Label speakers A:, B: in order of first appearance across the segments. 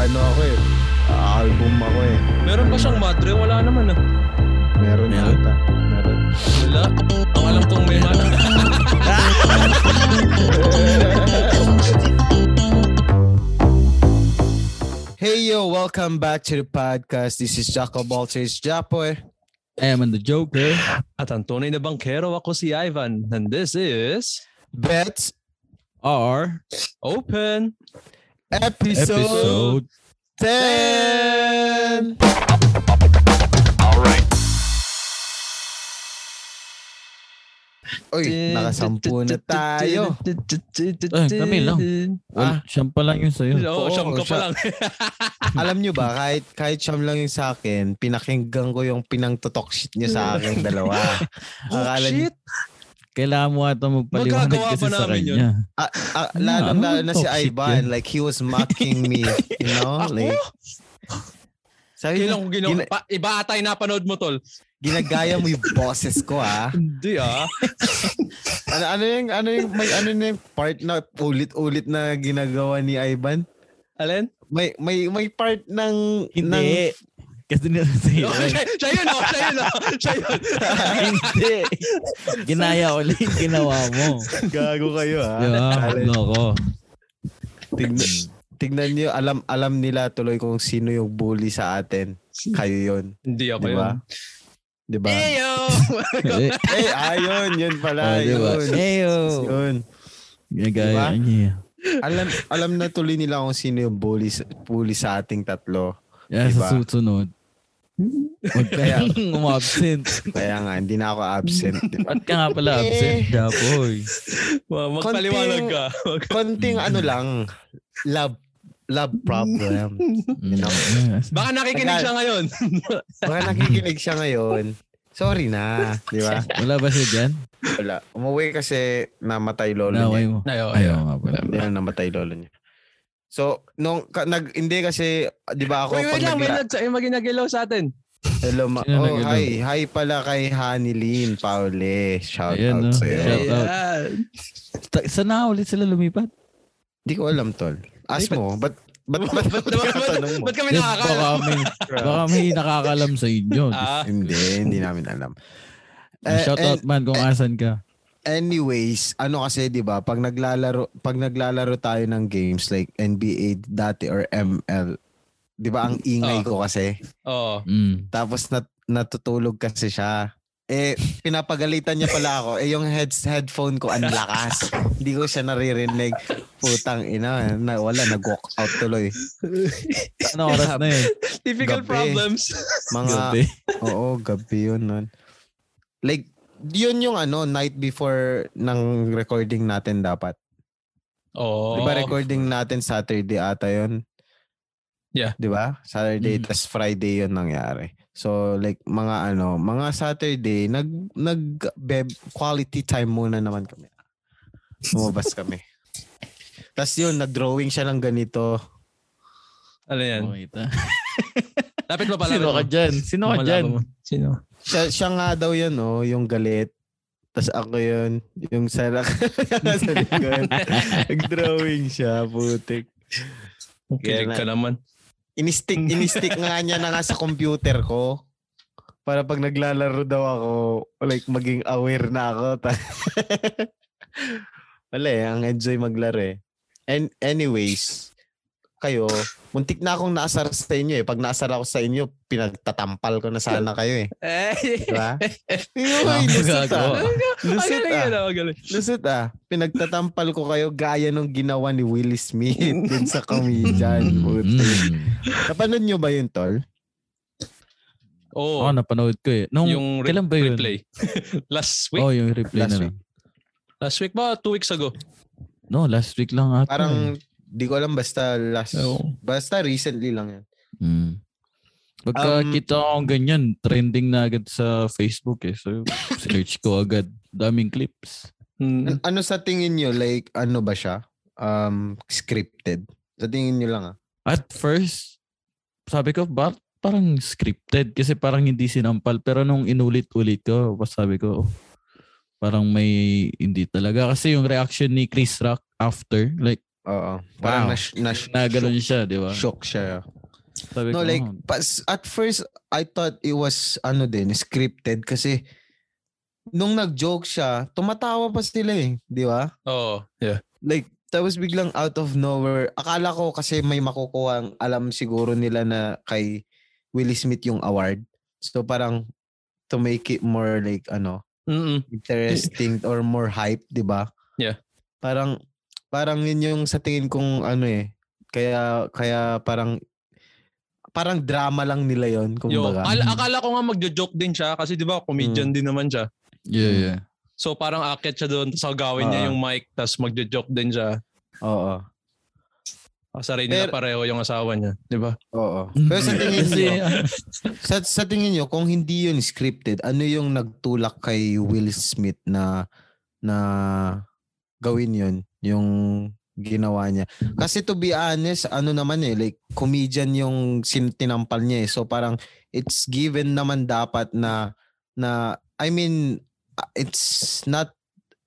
A: ano eh.
B: ah.
A: welcome back to the podcast. This is Jaco Baltres Japoy.
C: I am the Joker.
B: At ang tunay na bankero ako si Ivan and this is
A: Bet
C: Our
B: Open.
A: episode,
C: episode.
A: 10. All right. Uy, nakasampu na tayo.
C: Eh, kami lang.
A: Ah.
C: Ah, siyam pa lang yun sa'yo.
B: Oo,
A: Oo,
B: siyam ka pa
A: siya-
B: lang.
A: Alam nyo ba, kahit, kahit siyam lang yung sa akin, pinakinggan ko yung pinangtotok shit nyo sa akin dalawa.
B: Oh,
A: Akala nyo-
B: shit.
C: Kailangan mo ata magpaliwanag
B: Magkagawa
C: kasi
B: pa
C: sa
B: namin
C: kanya.
B: yun.
A: Ah, ah,
C: Yeah,
B: Hmm,
A: lalo
C: ano
A: lalo
C: yung
A: na si
C: talk shit
A: Ivan, like he was mocking me, you know?
B: Ako?
A: Like, sabi
B: Kailan
A: niya,
B: ko ginawa?
A: Gina-
B: Pa- iba ata yung napanood mo, tol.
A: ginagaya mo yung boses ko ah.
B: Hindi ah.
A: Ano, ano yung, ano yung, may ano na yung part na ulit-ulit na ginagawa ni Ivan?
B: Alin?
A: May, may, may part ng, ng,
C: Hindi. Kasi nila sa'yo.
B: No, siya, siya yun oh, siya yun oh, siya yun.
A: Ah,
C: Hindi. Ginaya ko lang yung ginawa mo.
A: gago kayo ah.
C: Diba?
A: Alin?
C: Ano ko?
A: Tignan, tignan nyo, alam, alam nila tuloy kung sino yung bully sa atin. Kayo yun.
B: Hindi ako
A: Di
B: yun.
A: ba? Di ba? Eh,
B: Eyo!
C: Eh,
A: ayun, yun
C: oh,
A: pala.
C: diba?
A: Yun.
C: Eyo.
A: Yun. Diba?
C: Ginagaya niya.
A: alam alam na tuloy nila kung sino yung bully, sa- bully sa ating tatlo.
C: Yeah,
A: Diba?
C: sa susunod. Huwag kayang umabsent.
A: Kaya nga, hindi na ako absent. di ba?
C: Ba't ka nga pala absent, Japoy?
B: Wow, Magpaliwanag ka.
A: Konting ano lang, love, love problem.
C: Mm.
A: You know?
B: Baka nakikinig
A: Tagal.
B: siya ngayon.
A: Baka nakikinig siya ngayon. Sorry na, di ba?
C: Wala ba siya dyan?
A: Wala. Umuwi kasi namatay lolo niya.
C: Naway mo.
B: Ayo,
C: Ayaw nga pala.
A: Hindi na namatay lolo niya. So, nung, ka, nag, hindi kasi, di ba ako,
B: Wait, wait lang, may
A: nagla-
B: nag- may ginagalaw sa atin.
A: hello, ma- oh,
C: Sino nag-ano?
A: hi, hi pala kay Hanilyn Paule. Shout out
C: Ayan, no?
A: sa'yo.
C: Shout out.
B: Ayan.
C: Ta- Saan na ulit sila lumipat?
A: Hindi ko alam, tol.
B: Ay,
A: Ask mo. Ba't, ba't, ba't, ba't,
B: Ba't- ba't-
A: tinatanong mo?
B: Ba't kami
C: Yes,
B: nakakala?
C: baka may, baka may nakakalam sa inyo.
B: Ah,
A: Hindi, hindi namin alam. Eh,
C: Shout out man kung asan ka.
A: Anyways, ano kasi 'di ba, pag naglalaro pag naglalaro tayo ng games like NBA dati or ML, 'di ba ang
B: Ah.
A: ingay ko kasi.
B: oo.
C: Mm.
A: Tapos nat, natutulog kasi siya. Eh pinapagalitan niya pala ako. Eh yung heads headphone ko ang lakas. Hindi ko siya naririnig. Putang ina, na, wala nag-walk out tuloy.
C: Ano oras na yun?
B: Typical
A: Gabi.
B: problems.
A: Mga
C: Gabi.
A: Oo, gabi yun nun. Like, yun yung ano, night before ng recording natin dapat.
B: Oo.
A: Di ba recording natin Saturday ata yun?
B: Yeah.
A: Di ba? Saturday,
C: Mm.
A: tas Friday yun nangyari. So like mga ano, mga Saturday, nag, nag beb- quality time muna naman kami. Lumabas kami. Tapos yun, nag-drawing siya ng ganito.
B: Ano yan?
C: Makita.
B: Lapit mo pala.
C: Sino ka dyan? Sino ka dyan?
B: Sino?
A: Siya, siya nga daw yun, oh, yung galit. Tapos ako yun, yung sarak sa likod. Nag-drawing siya, putik.
B: Ang Kilig ka naman.
A: Inistick, inistick nga niya na nga sa computer ko. Para pag naglalaro daw ako, like maging aware na ako. Ta- Wala eh, ang enjoy maglaro eh. And anyways, kayo, muntik na akong naasar sa inyo eh. Pag naasar ako sa inyo, pinagtatampal ko na sana kayo eh.
B: Eh,
A: Diba? Ay,
C: Wala akong
A: lusot
C: Ano magagawa.
A: ah. Lusot
B: magaling
A: ah.
B: yun, ah, magaling.
A: Lusot ah, pinagtatampal ko kayo gaya nung ginawa ni Will Smith dun sa comedian. Puti.
C: Mm.
A: Napanood nyo ba yun, Tol?
B: Oo.
C: Oo, napanood ko eh. Nung,
B: Oh, yung re-
C: kailan ba yun?
B: replay. last week?
C: Oh, yung replay
A: Last
C: na lang.
B: Last week ba? Two weeks ago?
C: No, last week lang ata.
A: Parang di ko alam basta last
B: Oo.
C: Oh.
A: basta recently lang yan.
C: eh. Mm. Pagka
A: Um,
C: kita akong ganyan, trending na agad sa Facebook eh. So, search ko agad. Daming clips.
B: Mm.
A: An- ano sa tingin nyo like ano ba siya? Um scripted. Sa tingin nyo lang ah.
C: At first, sabi ko, ba, parang scripted kasi parang hindi sinampal. Pero nung inulit-ulit ko, pas sabi ko, "Oh, parang may hindi talaga. Kasi yung reaction ni Chris Rock after, like,
A: Oo. Parang
C: Wow.
A: nas- nas-
C: nagano'n siya, di ba?
A: shock siya.
C: Sabi
A: No,
C: ko,
A: like
C: "Oh,
A: pas, at first I thought it was ano din scripted kasi nung nag-joke siya, tumatawa pa sila eh, di ba?
B: Oh. Oo. Yeah.
A: like Tapos biglang out of nowhere, akala ko kasi may makukuha ang alam siguro nila na kay Will Smith yung award. So parang to make it more like ano,
B: Mm-mm.
A: interesting or more hype, 'di ba?
B: Yeah.
A: Parang parang yun yung sa tingin kong ano eh. Kaya kaya parang parang drama lang nila yon
B: Yo,
A: kumbaga.
B: al- akala ko nga magjo-joke din siya kasi 'di ba
C: Mm.
B: comedian din naman siya.
C: Yeah, yeah.
B: So parang akit siya doon tapos gagawin niya
A: Ah.
B: yung mic tapos magjo-joke din siya.
A: Oo.
B: Kasaray nila
A: Pero-
B: pareho yung asawa niya, 'di ba?
A: Oo.
C: Mm-hmm.
A: Pero sa tingin
C: Kasi,
A: niyo, sa, sa tingin niyo kung hindi yun scripted, ano yung nagtulak kay Will Smith na na gawin yun, yung ginawa niya. Kasi to be honest, ano naman eh, like comedian yung sin- tinampal niya eh. So parang it's given naman dapat na na I mean uh, it's not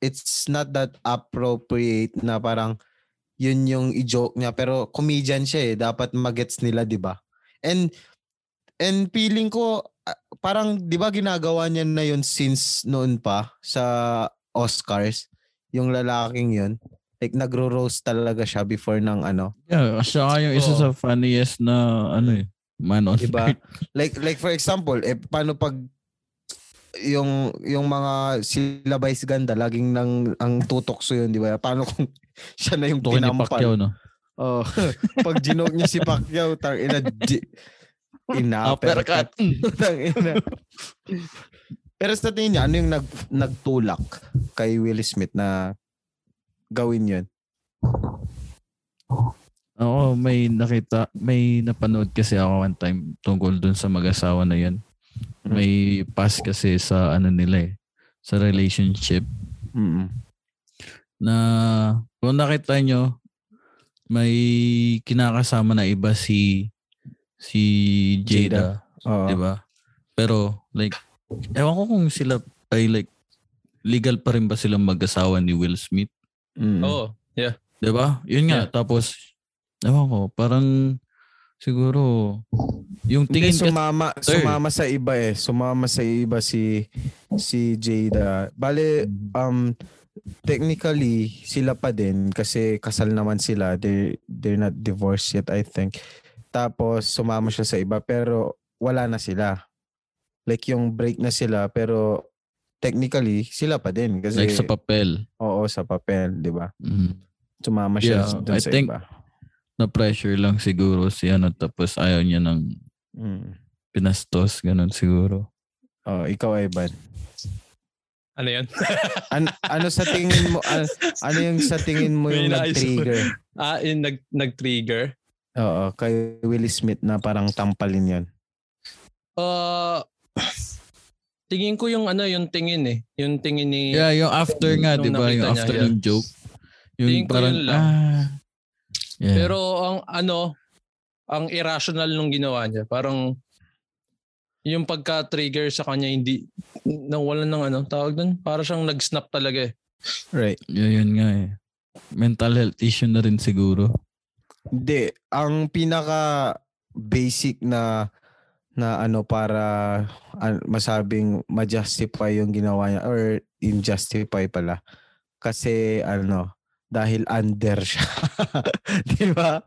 A: it's not that appropriate na parang yun yung i-joke niya pero comedian siya eh dapat magets nila 'di ba and and feeling ko ah, parang 'di ba ginagawa niya na yun since noon pa sa Oscars yung lalaking yun like nagro-roast talaga siya before ng ano
C: yeah, siya nga yung isa
B: Oo.
C: sa funniest na ano eh, man on
A: Diba?
C: earth.
A: Like like for example, eh paano pag yung yung mga sila Vice Ganda laging nang ang tutokso yun, di ba? Paano kung siya na yung
C: Tukin ni Pacquiao,
A: tinampal?
C: no?
A: Oh, pag ginoke niya si Pacquiao, tang ina gi- ina
C: Uppercut. Mm.
A: tang ina. Pero sa tingin niya, ano yung nag, nagtulak kay Will Smith na gawin yun?
C: Oo, may nakita, may napanood kasi ako one time tungkol dun sa mag-asawa na yun.
A: Mm.
C: May pass kasi sa ano nila eh, sa relationship
A: Mm-mm.
C: na kung nakita nyo, may kinakasama na iba si si Jada,
A: Oo.
C: 'di ba? Pero like ewan ko kung sila ay like legal pa rin ba silang mag-asawa ni Will Smith?
A: Mm-mm.
B: Oo.
C: 'Di ba? Yun nga. Tapos, ewan ko, parang siguro, yung
A: Hindi,
C: tingin kasi,
A: sumama,
C: sir.
A: sumama sa iba eh. Sumama sa iba si si Jada. Bale, um, technically, sila pa din kasi kasal naman sila. They, they're not divorced yet, I think. Tapos, sumama siya sa iba pero wala na sila. Like, yung break na sila pero technically, sila pa din. Kasi,
C: like sa papel,
A: oo, sa papel, di ba?
C: mm,
A: Sumama siya
C: Yeah,
A: dun
C: I
A: sa
C: think-
A: iba.
C: na-pressure lang siguro si ano, tapos ayaw niya ng
A: Mm.
C: pinastos, ganun siguro.
A: Oh, ikaw, Ivan.
B: Ano 'yan?
A: An- ano sa tingin mo, an- ano yung sa tingin mo
B: May inaayos
A: yung
B: ako.
A: nag-trigger?
B: ah, yung nag nag-trigger.
A: Oo, kay Will Smith na parang tampalin yun.
B: Ah, tingin ko yung ano, yung tingin eh. Yung tingin ni
C: Yeah, yung after nga,
B: Yung
C: di ba? Yung
B: nakita niya,
C: after
B: yeah.
C: yung joke. Yung
B: Tingin ko
C: parang,
B: yun lang.
C: ah. Yeah.
B: Pero ang ano, ang irrational nung ginawa niya, parang yung pagka-trigger sa kanya hindi nawalan ng ano, tawag doon, para siyang nag-snap talaga eh.
A: Right.
C: yeah, yun nga eh. Mental health issue na rin siguro.
A: Hindi, ang pinaka basic na na ano para an- masabing ma-justify yung ginawa niya or injustify pala. Kasi ano, dahil under siya. Di ba?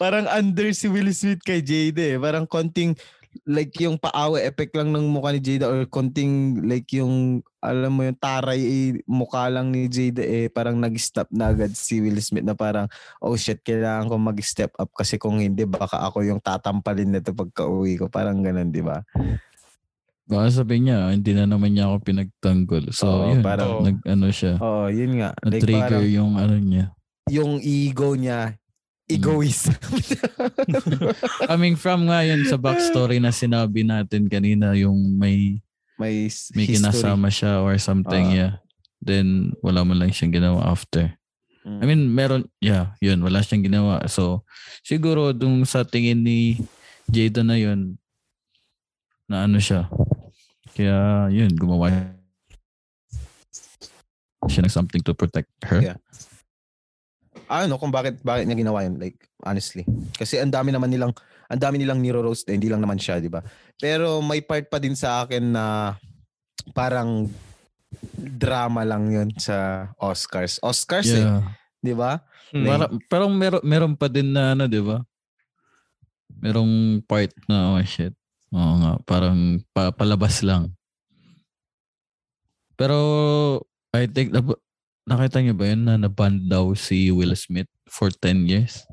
A: Parang under si Will Smith kay Jada eh. Parang konting like yung paawa effect lang ng mukha ni Jada or konting like yung alam mo yung taray eh, mukha lang ni Jada eh parang nag-stop na agad si Will Smith na parang oh shit kailangan ko mag-step up kasi kung hindi baka ako yung tatampalin nito pagka-uwi ko parang ganun di ba
C: Baka sabi niya, "Ah, hindi na naman niya ako pinagtanggol. So,
A: Oo,
C: yun.
A: parang-
C: nag, ano siya.
A: oo yun nga like
C: Na-trigger
A: parang
C: yung ano niya.
A: yung ego niya
C: Hmm.
A: egoist
C: Coming from nga yun sa backstory na sinabi natin kanina, yung may,
A: may, s-
C: may
A: history Ah.
C: kinasama siya or
A: Oo.
C: something, yeah. Then, wala man lang siyang ginawa after. I mean, meron, yeah, yun, wala siyang ginawa. So, siguro, dung sa tingin ni Jada na yun, na ano siya. Kaya, yun, gumawa siya ng something to protect her.
A: Yeah. I don't know kung bakit bakit niya ginawa yun like honestly kasi ang dami naman nilang ang dami nilang niro roast eh, hindi lang naman siya di ba pero may part pa din sa akin na parang drama lang yun sa Oscars Oscars eh
C: Yeah.
A: Di ba?
B: Hmm.
C: Para, parang meron, meron pa din na ano, di ba? Merong part na, oh shit. Oo nga, parang pa, palabas lang. Pero, I think, nab- nakita niyo ba yun na naban daw si Will Smith for 10 years?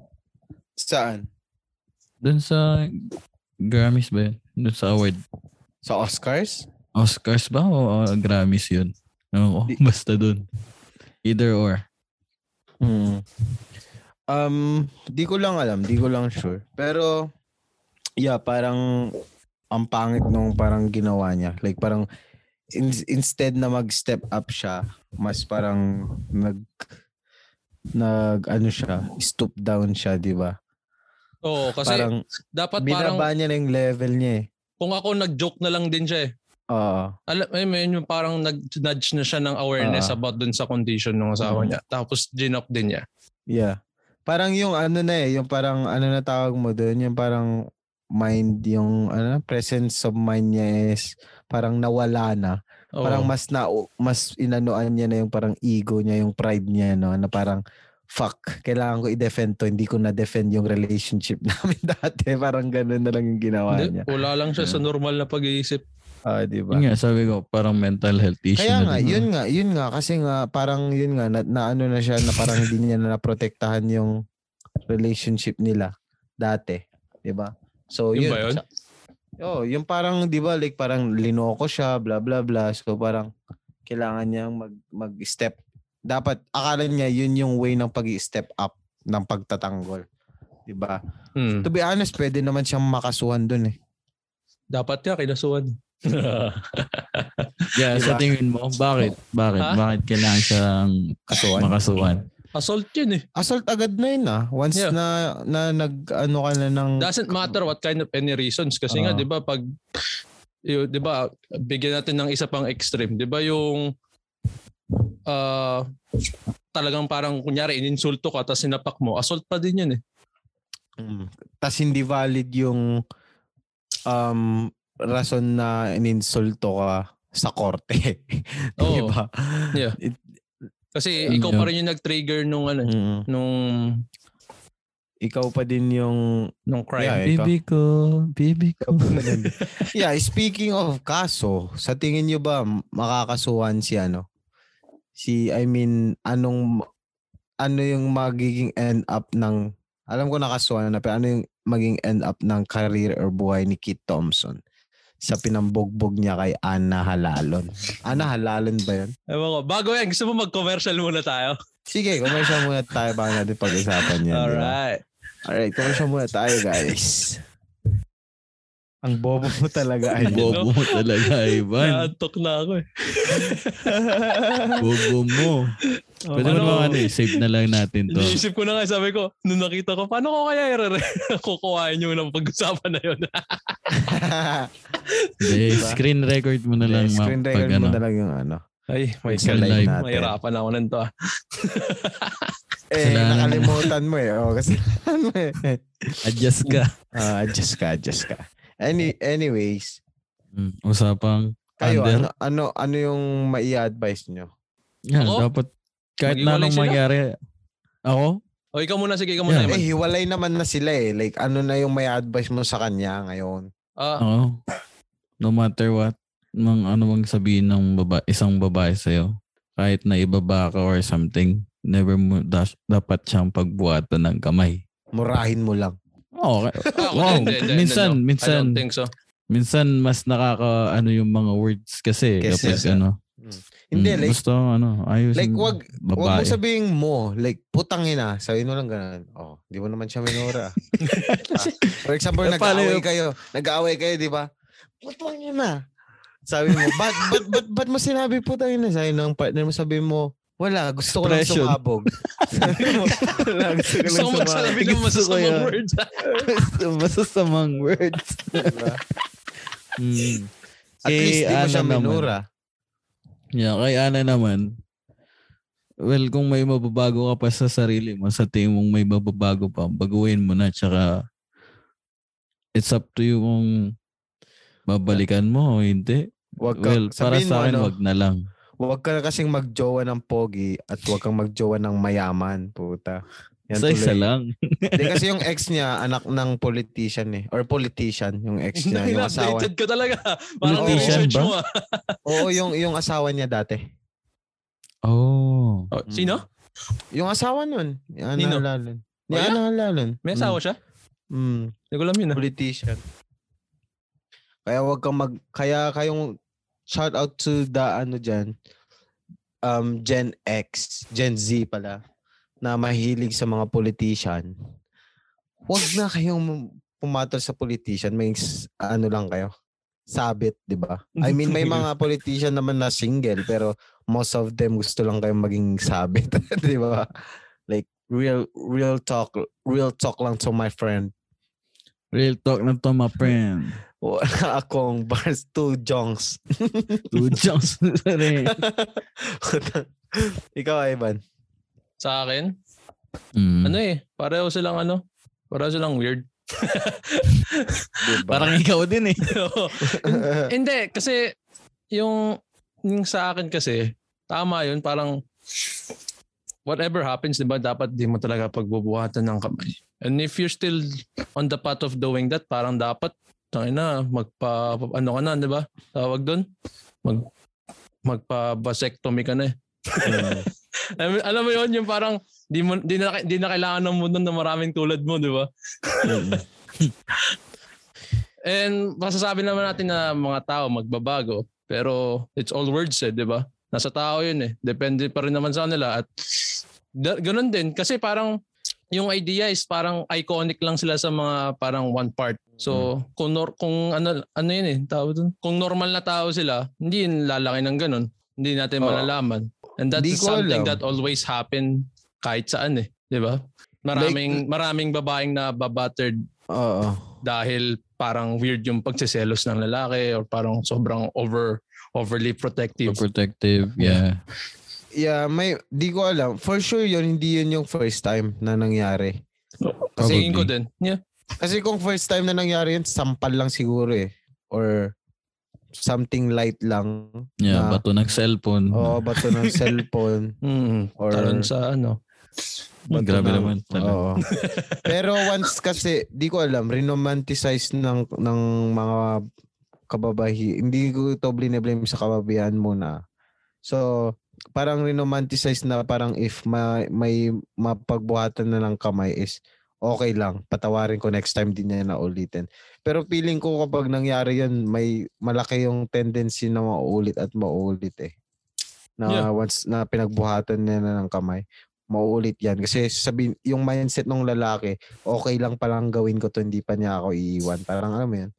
A: Saan?
C: Doon sa Grammys ba yun? Doon sa award.
A: Sa Oscars?
C: Oscars ba o uh, Grammys yun? No,
A: Di-
C: basta doon. Either or.
A: Hmm. Um, di ko lang alam, di ko lang sure. Pero yeah, parang ang pangit nung parang ginawa niya. Like parang in- instead na mag-step up siya, mas parang nag nag ano siya, stoop down siya, 'di ba?
B: Oo, kasi
A: Parang
B: dapat parang
A: binaba niya na yung level niya eh.
B: kung ako nag-joke na lang din siya eh.
A: Oo.
B: Alam eh, may yung parang nag-nudge na siya ng awareness
A: Ah.
B: about dun sa condition ng asawa
A: Mhm.
B: niya. Tapos ginop din niya.
A: Yeah. Parang yung ano na eh, yung parang ano na tawag mo doon, yung parang mind, yung ano, na, presence of mind niya is parang nawala na.
B: Oo.
A: Parang mas na, mas inanoan niya na yung parang ego niya, yung pride niya, no? Na parang, fuck, kailangan ko i-defend to. Hindi ko na-defend yung relationship namin dati. Parang ganun na lang yung ginawa
B: Hindi,
A: niya. Mm.
B: wala lang siya sa normal na pag-iisip.
A: Ah, di ba?
C: Yun nga, sabi ko, parang mental health issue
A: Kaya
C: na
A: nga,
C: din.
A: yun nga, yun nga. Kasi nga, parang yun nga, na, na ano na siya, na parang hindi niya na naprotektahan yung relationship nila dati. Di ba? So,
B: Yun
A: yun.
B: ba yun?
A: Oh, yung parang, di ba, like parang linoko siya, bla bla bla. So, parang kailangan niyang mag, mag-step. Dapat, akala niya yun yung way ng pag step up ng pagtatanggol. Di ba?
B: Hmm.
A: To be honest, pwede naman siyang makasuhan dun eh.
B: Dapat niya kinasuhan. Oh,
C: Yeah, sa
A: Diba?
C: tingin mo, bakit? Bakit?
B: Ha?
C: Bakit kailangan siyang
A: Kasuhan?
C: makasuhan?
B: Assault yun eh.
A: Assault agad na yun ah. Once
B: Yeah.
A: na, na nag, ano ka na ng...
B: Doesn't matter what kind of any reasons. Kasi nga,
A: Ah.
B: di ba, pag, yun, di ba, bigyan natin ng isa pang extreme. Di ba yung, ah, talagang parang, kunyari, ininsulto ka, tapos sinapak mo, assault pa din yun eh.
A: Mm. Tas hindi valid yung um, rason na ininsulto ka sa korte.
B: Oo.
A: di ba?
B: Yeah.
A: It,
B: Kasi
C: Ano
B: ikaw
C: yun?
B: pa rin yung nag-trigger nung, ano,
A: mm.
B: nung,
A: Ikaw pa din yung...
B: nung crime.
A: Yeah, eh.
C: Baby ko, baby ko.
A: Yeah, speaking of kaso, sa tingin nyo ba makakasuhan si ano? Si, I mean, anong... Ano yung magiging end up ng... Alam ko nakasuhan na, pero ano yung maging end up ng career or buhay ni Kit Thompson sa pinambogbog niya kay Ana Halalon. Ana Halalon ba yun?
B: Ewan ko. Bago yan, gusto mo mag-commercial muna tayo?
A: Sige, commercial muna tayo bago natin pag-usapan yan. di ba?
B: Alright.
A: Alright, commercial muna tayo guys. Ang bobo mo talaga. Ay,
C: Bobo mo talaga, Ivan.
B: Naantok na ako eh.
C: Bobo mo. Pwede mo
B: Ano-
C: naman ano eh, save na lang natin to.
B: Iniisip ko na nga, sabi ko, nung nakita ko, paano ko kaya i-re- kukuhain yung ng pag-usapan na yun?
C: Hindi,
A: Diba?
C: screen record mo na lang. ma'am,
A: Screen
C: pag
A: record
C: ano.
A: mo talaga yung ano.
B: Ay, may
A: Sa
C: Screen
A: live
C: live.
A: natin.
B: Mahirapan ako nito ah.
A: Eh,
C: Kailangan-
A: nakalimutan mo eh. O, kasi ano eh.
C: Adjust ka.
A: Ah, adjust ka, adjust ka. Any, anyways,
C: Mm, Usapang
A: kayo,
C: Under.
A: ano, ano, ano yung maia-advise nyo?
C: Yan,
B: Ako?
C: dapat kahit
B: Maghiwalay
C: na anong
B: sila?
C: mangyari. Ako?
B: O, ikaw muna, sige, ikaw muna.
C: Yeah.
B: Iman.
A: Eh, hiwalay naman na sila eh. Like, ano na yung maia-advise mo sa kanya ngayon?
B: Ah,
C: Oo. No matter what, mang ano mang sabihin ng baba, isang babae sa'yo, kahit na ibaba ka or something, never mo das, dapat siyang pagbuhatan ng kamay.
A: Murahin mo lang.
C: Oo. ka-
B: ako
C: wow.
B: hindi, hindi, hindi,
C: Minsan,
B: no.
C: minsan.
B: I don't think so.
C: minsan mas nakaka ano yung mga words kasi,
A: Kasi,
C: kapag
A: sir.
C: ano.
A: Hindi,
C: mm,
A: like,
C: gusto ano, ayos.
A: Like, wag, wag mo sabihin mo, like, putang ina, sabihin mo lang ganun. Oh, di mo naman siya minura. ah. For example,
C: Eh, paano
A: nag-aaway
C: yung-
A: kayo. Nag-aaway kayo, di ba? Putang ina. Sabi mo, ba't, ba't, ba't, ba't mo sinabi putang ina? Sabi ng partner mo, sabi mo, wala, gusto ko lang
C: Expression.
A: sumabog. Sabi mo, wala, gusto ko
B: Gusto ko
A: lang sumabog.
B: magsabi ng
C: Gusto ko
B: masasamang
C: yan.
B: words. ah?
C: masasamang words.
A: Diba?
C: mm.
A: At
C: Eh,
A: least di mo
C: ano
A: siya
C: naman.
A: minura.
C: Yeah, kay Ana naman, well, kung may mababago ka pa sa sarili mo, sa tingin mong may mababago pa, baguhin mo na, tsaka it's up to you kung babalikan mo o hindi.
A: Wag ka,
C: Well, para
A: sabihin
C: sa
A: mo,
C: akin,
A: ano,
C: wag na lang.
A: Huwag ka na kasing magjowa ng pogi at huwag kang magjowa ng mayaman, puta. Yan
C: Sa isa
A: tuloy.
C: lang.
A: Hindi, kasi yung ex niya, anak ng politician eh. Or politician, yung ex niya. yung asawa.
B: Updated ka talaga. Parang
C: Politician
B: research
C: ba?
B: mo ah.
A: Oo, yung, yung asawa niya dati.
C: Oh.
B: Oh,
A: Mm.
B: Sino?
A: Yung asawa nun. Yung Ana
B: Nino?
A: Halalon. Ni
B: Wala?
A: Ana Halalon.
B: May asawa siya?
A: Mm.
B: Hindi ko alam yun ah.
A: politician. Kaya wag kang mag kaya kayong shout out to the ano diyan um Gen X, Gen Z pala na mahilig sa mga politician. Wag na kayong pumatol sa politician, may s- ano lang kayo. Sabit, 'di ba? I mean may mga politician naman na single pero most of them gusto lang kayong maging sabit, 'di ba? Like real real talk, real talk lang to my friend.
C: Real talk na to, my friend.
A: O, akong bars two jongs.
C: Two jumps na rin.
A: Ikaw, Ivan.
B: Sa akin?
C: Mm.
B: Ano eh? Pareho silang ano? Pareho silang weird.
A: Diba?
C: Parang ikaw din eh.
B: Hindi, kasi yung, yung sa akin kasi, tama yun, parang whatever happens, di ba, dapat di mo talaga pagbubuhatan ng kamay. And if you're still on the path of doing that, parang dapat, tangin na, magpa, ano ka na, di ba? Tawag doon? Mag, magpa-vasectomy ka na eh. Alam, mo- alam mo yun, yung parang, di, mo, di, na, di na kailangan ng mundo na maraming tulad mo, di ba? And masasabi naman natin na mga tao magbabago, pero it's all words eh, di ba? Nasa tao yun eh. Depende pa rin naman sa nila at da- ganun din. Kasi parang yung idea is parang iconic lang sila sa mga parang one part.
A: Mm.
B: So kung, nor- kung ano, ano yun eh, tao dun? Kung normal na tao sila, hindi yun lalaki ng ganun. Hindi natin
A: Oo.
B: malalaman. And that
A: Hindi
B: is
A: ko
B: something
A: alam.
B: that always happen kahit saan eh. Di ba? Maraming, maraming babaeng na babattered
A: Oo.
B: dahil parang weird yung pagseselos ng lalaki or parang sobrang over overly protective.
C: Protective, yeah.
A: Yeah, may, di ko alam. For sure yun, hindi yun yung first time na nangyari.
B: Kasi yun ko
C: Probably.
B: din. Yeah.
A: Kasi kung first time na nangyari yun, sampal lang siguro eh. Or something light lang.
C: Yeah,
A: na- Oh,
C: bato ng cellphone.
A: Oo, bato ng cellphone.
B: Mm,
A: Or,
B: Talon sa ano.
C: Mm, grabe
A: ng-
C: naman. talaga.
A: Oo. Pero once kasi, di ko alam, rinomanticize ng, ng mga kababahi. Hindi ko ito blame sa kababayan muna. So, parang rinomanticize na parang if ma, may mapagbuhatan na ng kamay is okay lang. Patawarin ko next time din niya na ulitin. Pero feeling ko kapag nangyari yun, may malaki yung tendency na mauulit at mauulit eh. Na
B: Yeah.
A: once na pinagbuhatan niya na ng kamay, mauulit yan. Kasi sabi, yung mindset ng lalaki, okay lang palang gawin ko to, hindi pa niya ako iiwan. Parang alam mo yun.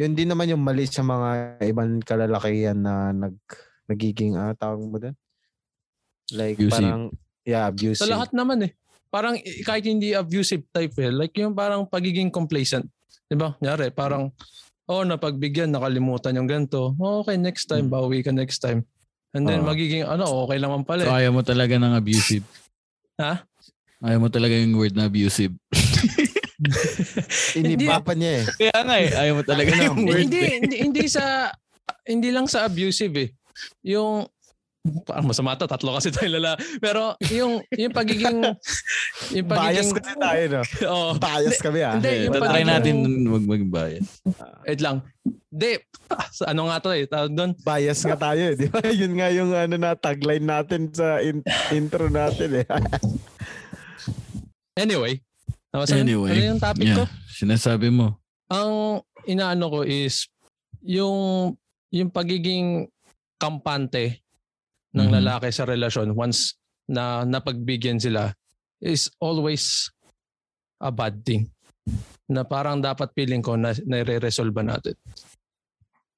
A: Yun din naman yung mali sa mga ibang kalalakihan na nag, nagiging, ah, tawag mo din? Like,
C: Abusive.
A: parang, yeah,
B: Sa
A: abusive.
B: lahat naman eh. Parang eh, kahit hindi abusive type eh. Like yung parang pagiging complacent. Di ba? Nyari, parang oh, napagbigyan, nakalimutan yung ganito. Oh, okay, next time.
A: Mm.
B: Bawi ka next time. And then
A: Oo.
B: magiging ano, okay naman
C: So,
B: pala eh.
C: ayaw mo talaga ng abusive.
B: Ha?
C: Ayaw mo talaga yung word na abusive.
A: Iniba pa niya eh.
C: Kaya nga eh, ayaw mo talaga
A: Ayaw
C: yung
A: mo.
C: word. eh.
B: hindi, hindi, hindi sa hindi lang sa abusive eh. Yung parang masama to, tatlo kasi tayo lala. Pero yung yung pagiging yung
A: Bias
B: pagiging
A: kasi tayo, no?
B: oh,
A: Bias kami ah.
B: Hindi, yung
C: Yung
B: pag-
C: try natin wag maging bias.
B: wait lang. Hindi, sa ano nga to eh, tawag doon.
A: Bias nga tayo eh. Di ba? Yun nga yung ano na tagline natin sa in- intro natin eh.
B: Anyway, ano sa-
C: Anyway,
B: ano yung topic ko?
C: Yeah, sinasabi mo.
B: Ang inaano ko is yung yung pagiging kampante ng
C: Mhm.
B: lalaki sa relasyon once na napagbigyan sila is always a bad thing. Na parang dapat feeling ko na nare-resolve ba natin.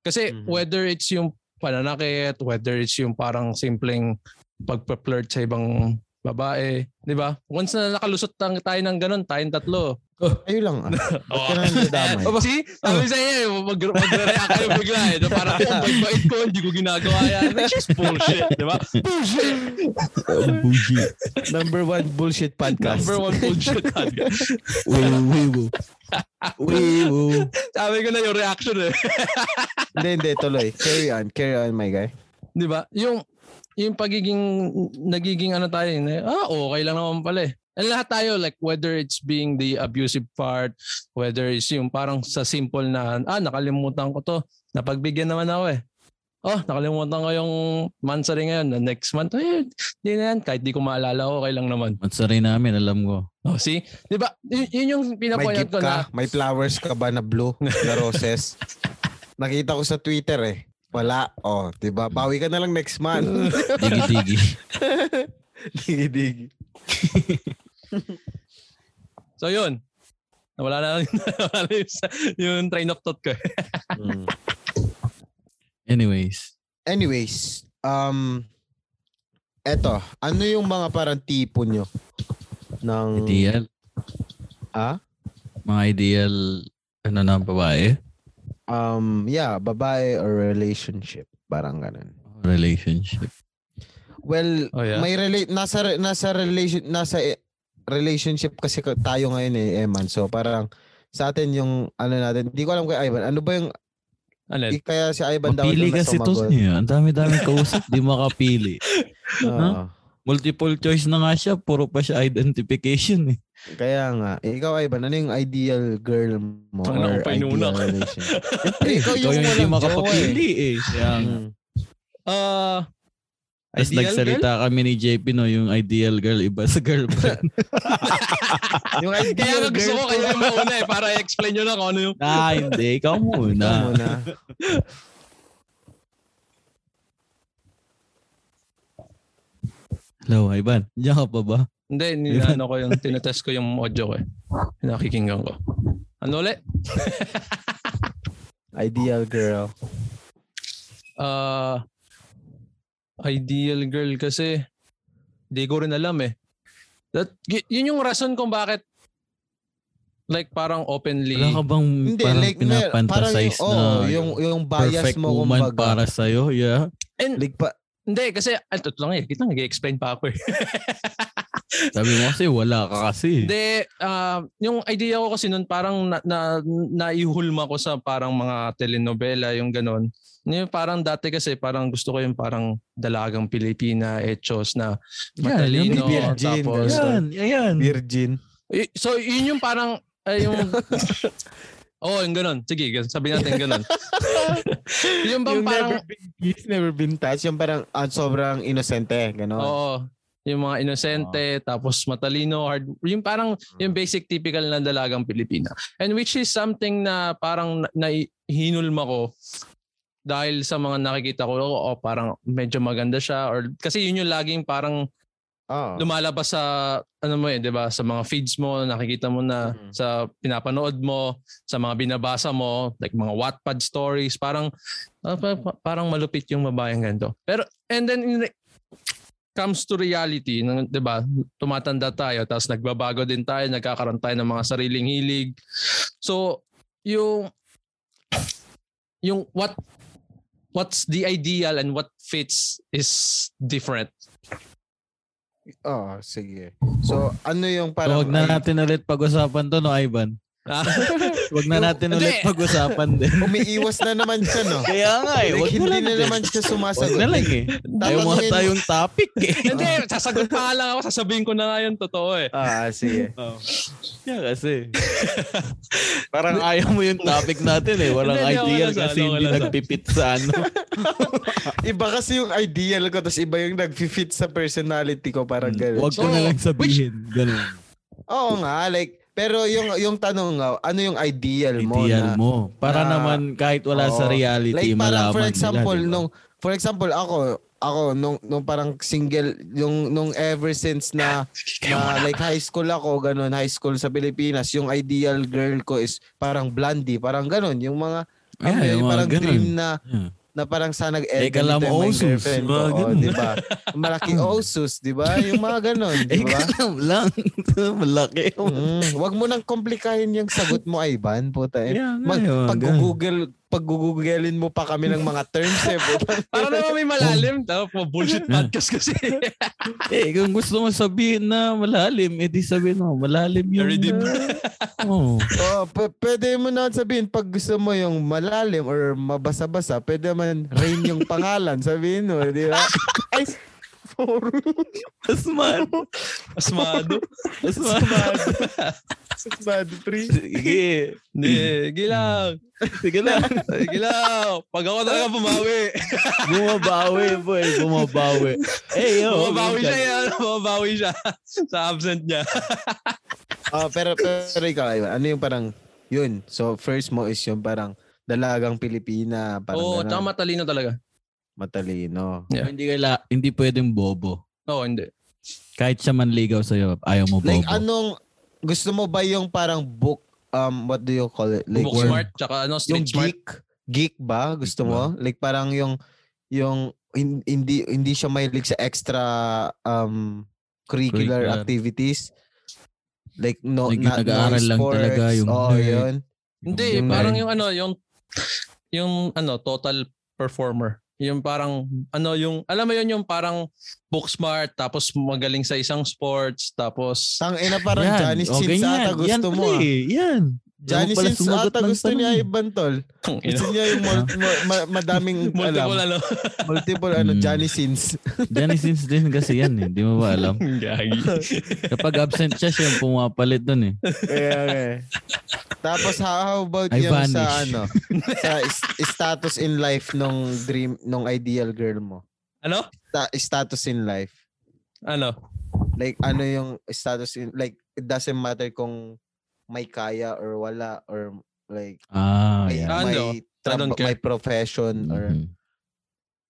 B: Kasi
A: Mhm.
B: whether it's yung pananakit, whether it's yung parang simpleng pagpa-flirt sa ibang babae, di ba? Once na nakalusot tang- tayo ng ganun, tayong tatlo,
A: Tayo lang ah. Ba't ka
B: Oo.
A: na nadamay?
B: Aba, oh. See? Sabi sa iyo, mag- magre-react kayo bigla eh. Na Parang, ang bait ko, hindi ko ginagawa yan. Which is bullshit, di ba? Bullshit!
C: Bougie.
A: Number one bullshit podcast.
B: Number one bullshit. Sabi
C: Wiwo, wiwo. Wiwo.
B: ko na yung reaction eh.
A: Hindi, hindi, tuloy. Carry on, carry on, my guy.
B: Di ba? Yung, yung pagiging nagiging ano tayo, na, ah okay lang naman pala eh. And lahat tayo like whether it's being the abusive part, whether it's yung parang sa simple na ah nakalimutan ko to, napagbigyan naman ako eh. Oh, nakalimutan ko yung mansari ngayon, na next month. Eh, di na yan. Kahit di ko maalala, okay lang naman.
C: Mansari namin, alam ko.
B: Oh, see? Di ba? Y- yun yung
A: May
B: pinapoint
A: gift
B: ko na.
A: ka? May flowers ka ba na blue? Na roses? Nakita ko sa Twitter eh. Wala. Oh, 'di ba? Bawi ka na lang next month.
C: Digi-digi.
A: Digi-digi.
B: So yun. Nawala na, nawala na yung, yung train of thought ko. eh.
A: Mm.
C: Anyways.
A: Anyways, um eto, ano yung mga parang tipo nyo ng
C: Ideal.
A: Ah?
C: Mga ideal, ano na, babae?
A: um yeah, babae or relationship, parang ganun.
C: Relationship.
A: Well,
B: Oh, yeah.
A: may relate nasa re- nasa relation nasa eh, relationship kasi ka- tayo ngayon eh, Eman. So parang sa atin yung ano natin, hindi ko alam kay Ivan. Ano ba yung
B: Ano?
A: eh, kaya si Ivan daw
C: Mapili
A: na
C: kasi to
A: sumagot?
C: niya. Ang dami-dami kausap, di makapili.
A: Oo.
C: Huh? Multiple choice na nga siya, puro pa siya identification eh.
A: Kaya nga, eh, ikaw Ivan, ano yung ideal girl mo
B: Ang
A: or
B: naupay
A: ideal
B: nuna ka.
A: relationship? Eh, ikaw
C: Ikaw yung hindi
A: walang
C: makapapili eh.
A: jowa eh.
C: Kaya nga.
A: Mm.
B: Ah,
C: Tapos
B: ideal girl?
C: nagsalita kami ni JP no, yung ideal girl, iba sa girlfriend.
A: Yung
B: Kaya
A: ideal
B: nga gusto
A: girl
B: ko kayo yung mauna eh para i-explain nyo lang kung ano yung
C: ah, hindi. Ikaw
A: Ikaw
C: muna.
A: muna.
C: Hello, Ivan. Diyan ka pa ba?
B: Hindi, nilano ko yung tinatest ko yung audio ko eh. Nakikinggan ko. Ano ulit?
A: Ideal girl.
B: Ah, ideal girl kasi di ko rin alam eh. That, y- yun yung rason kung bakit like parang openly
C: Wala ka bang
A: Hindi,
C: parang
A: like, mer- parang yung,
C: pinapantasize na
A: oh, yung, yung bias
C: perfect
A: mo
C: woman
A: kumbaga.
C: para sa'yo? Yeah.
B: And,
A: Like, pa,
B: hindi kasi ay, ito lang eh. Kita nag-explain pa ako eh.
C: Sabi mo kasi wala ka kasi.
B: Hindi, ah, yung idea ko kasi nun parang na, na, naihulma ko sa parang mga telenovela, yung ganun. Yung parang dati kasi parang gusto ko yung parang dalagang Pilipina, etos na
C: Yan, yun,
B: matalino.
A: yung virgin,
B: tapos,
C: Yan, yan.
A: virgin.
B: Y- So, yun yung parang, ay, yung... Oo, oh, yung ganun. Sige, gan- sabihin natin ganun. yung bang
A: Yung
B: parang...
A: never been kissed, never been touched. Yung parang ah, sobrang inosente, gano'n.
B: Oo. Yung mga inosente, tapos matalino, hard. Yung parang, yung basic typical na dalagang Pilipina. And which is something na parang na- nahihinulma ko dahil sa mga nakikita ko, oh, oh, parang medyo maganda siya. Or, kasi yun yung laging parang
A: Oh.
B: lumalabas sa ano mo eh, 'di ba? Sa mga feeds mo, nakikita mo na
A: Mhm.
B: sa pinapanood mo, sa mga binabasa mo, like mga Wattpad stories, parang ah, pa- pa- parang malupit yung babayang ganito. Pero and then in re- comes to reality, ng- 'di ba? Tumatanda tayo, tapos nagbabago din tayo, nagkakaroon tayo ng mga sariling hilig. So, yung yung what what's the ideal and what fits is different.
A: Oh, sige. So, ano yung
C: So,
A: parang...
C: wag na natin ulit pag-usapan to, no, Ivan? Wag na natin
B: Hindi.
C: ulit pag-usapan din.
A: Umiiwas na naman siya, no?
C: Kaya nga
A: Like,
C: eh, wag
A: hindi
C: na
A: na
C: natin.
A: naman siya
C: Wag
A: sumasagot.
C: na lang eh. Ayaw
A: Tatanungin
C: mga
A: mo-
C: tayong topic eh.
B: Hindi, sasagot pa nga lang ako, sasabihin ko na nga yun, totoo eh.
A: Ah, sige.
C: Yeah, kasi. Parang ayaw mo yung topic natin eh. Walang
B: Hindi, hindi,
C: ideal
B: wala sa-
C: kasi
A: ano
B: wala,
C: hindi
B: wala sa-
C: nagpipit sa ano.
A: Iba kasi yung ideal ko, tapos iba yung nag-fit sa personality ko, parang gano'n.
C: Wag ko
B: So,
C: na lang sabihin. Ganun.
A: Oo nga, like, pero yung yung tanong nga, ano yung ideal, mo? na-
C: Ideal mo. Para
A: na-
C: naman kahit wala
A: Oo.
C: sa
A: Like,
C: reality,
A: parang
C: malaman
A: for example,
C: nila.
A: nung, for example, ako, ako, nung, nung parang single, yung, nung ever since na, na like high school ako, ganun, high school sa Pilipinas, yung ideal girl ko is parang blondie, parang ganun, yung mga,
C: Yeah,
A: ano,
C: yung
A: yung
C: mga
A: parang
C: ganun.
A: dream na,
C: Yeah.
A: na parang sana nag-end
C: Eka lang, Osus, mga
A: oh,
C: ganun.
A: di ba? Malaking osus, di ba? Yung mga ganun, di
C: Eh,
A: ba?
C: ganun lang. Malaki.
A: Mm, wag mo nang komplikahin yung sagot mo, Ivan. Puta. eh.
C: Yeah,
A: Mag,
C: ngayon,
A: pag
C: ganun.
A: google pag gugugelin mo pa kami ng mga terms eh. puta.
B: Para naman may malalim, tao po, bullshit podcast kasi.
C: Eh, kung gusto mo sabihin na malalim, eh di sabihin mo, malalim yung...
B: Redeem.
C: oh.
A: oh, p- pwede mo na sabihin pag gusto mo yung malalim or mabasa-basa, pwede man rain yung pangalan, sabihin mo, di ba?
D: Ay, sorry.
C: Asmado.
B: Asmado.
C: Asmado.
D: Bad tree.
C: Sige.
B: Hindi, gilaw.
C: Sige lang.
B: Gilaw. Pag ako talaga bumawi.
C: Bumabawi, boy. Bumabawi. Eh, yo.
B: Bumabawi siya yan. Bumabawi siya. Sa absent niya.
A: Ah, pero, pero ikaw, Ivan, ano yung parang, yun. So, first mo is yung parang dalagang Pilipina. Parang
B: Oo, oh,
A: ganun.
B: tsaka matalino talaga.
A: matalino.
B: Yeah.
C: Hindi, kaila, hindi pwedeng bobo.
B: Oo, hindi.
C: Kahit siya manligaw sa'yo, ayaw mo bobo.
A: Like, anong, gusto mo ba yung parang book, um, what do you call it? Like,
B: Book
A: yung-
B: smart, tsaka ano,
A: Yung
B: street smart.
A: geek? Geek ba? Gusto mo? Like, parang yung, yung, hin- hindi, hindi siya mahilig sa extra, um, curricular,
C: Curricular.
A: activities. Like, no,
C: Like, yung
A: not, no
C: nag-aaral lang
A: sports.
C: talaga, yung
A: Oo,
C: nerd.
A: yun.
B: Hindi,
A: Yung
B: parang
C: nerd.
B: yung ano, yung yung ano, total performer. Yung parang ano yung alam mo yun yung parang book smart tapos magaling sa isang sports tapos
A: Tang ina parang
C: Yan,
A: Janice
C: okay
A: Chins
C: yan,
A: ata
C: yan
A: gusto mo.
C: pala
A: ah.
C: eh, Yan.
A: Janice
C: pala
A: Chins
C: sumagot
A: ata
C: ng
A: gusto
C: tanong
A: niya
C: eh.
A: ibang tol.
B: Tang ina.
A: Gusto niya yung mul- ma- ma- madaming
B: multiple ano.
A: alam. Multiple ano,
C: Mm.
A: Janice Chins.
C: Janice Sins din kasi yan eh. Di mo ba alam?
B: Gagi.
C: Kapag absent siya, siya yung pumapalit dun eh.
A: Kaya nga eh. Tapos how how about
C: I
A: yung sa
C: vanish.
A: ano? sa is- status in life nung dream, nung ideal girl mo.
B: ano?
A: Sta- status in life.
B: Ano?
A: Like ano yung status in, like it doesn't matter kung may kaya or wala or like
C: Ah,
A: may,
C: yeah.
B: Ah,
A: may,
B: no. I don't
A: trab-
B: care.
A: may profession or
C: Mhm.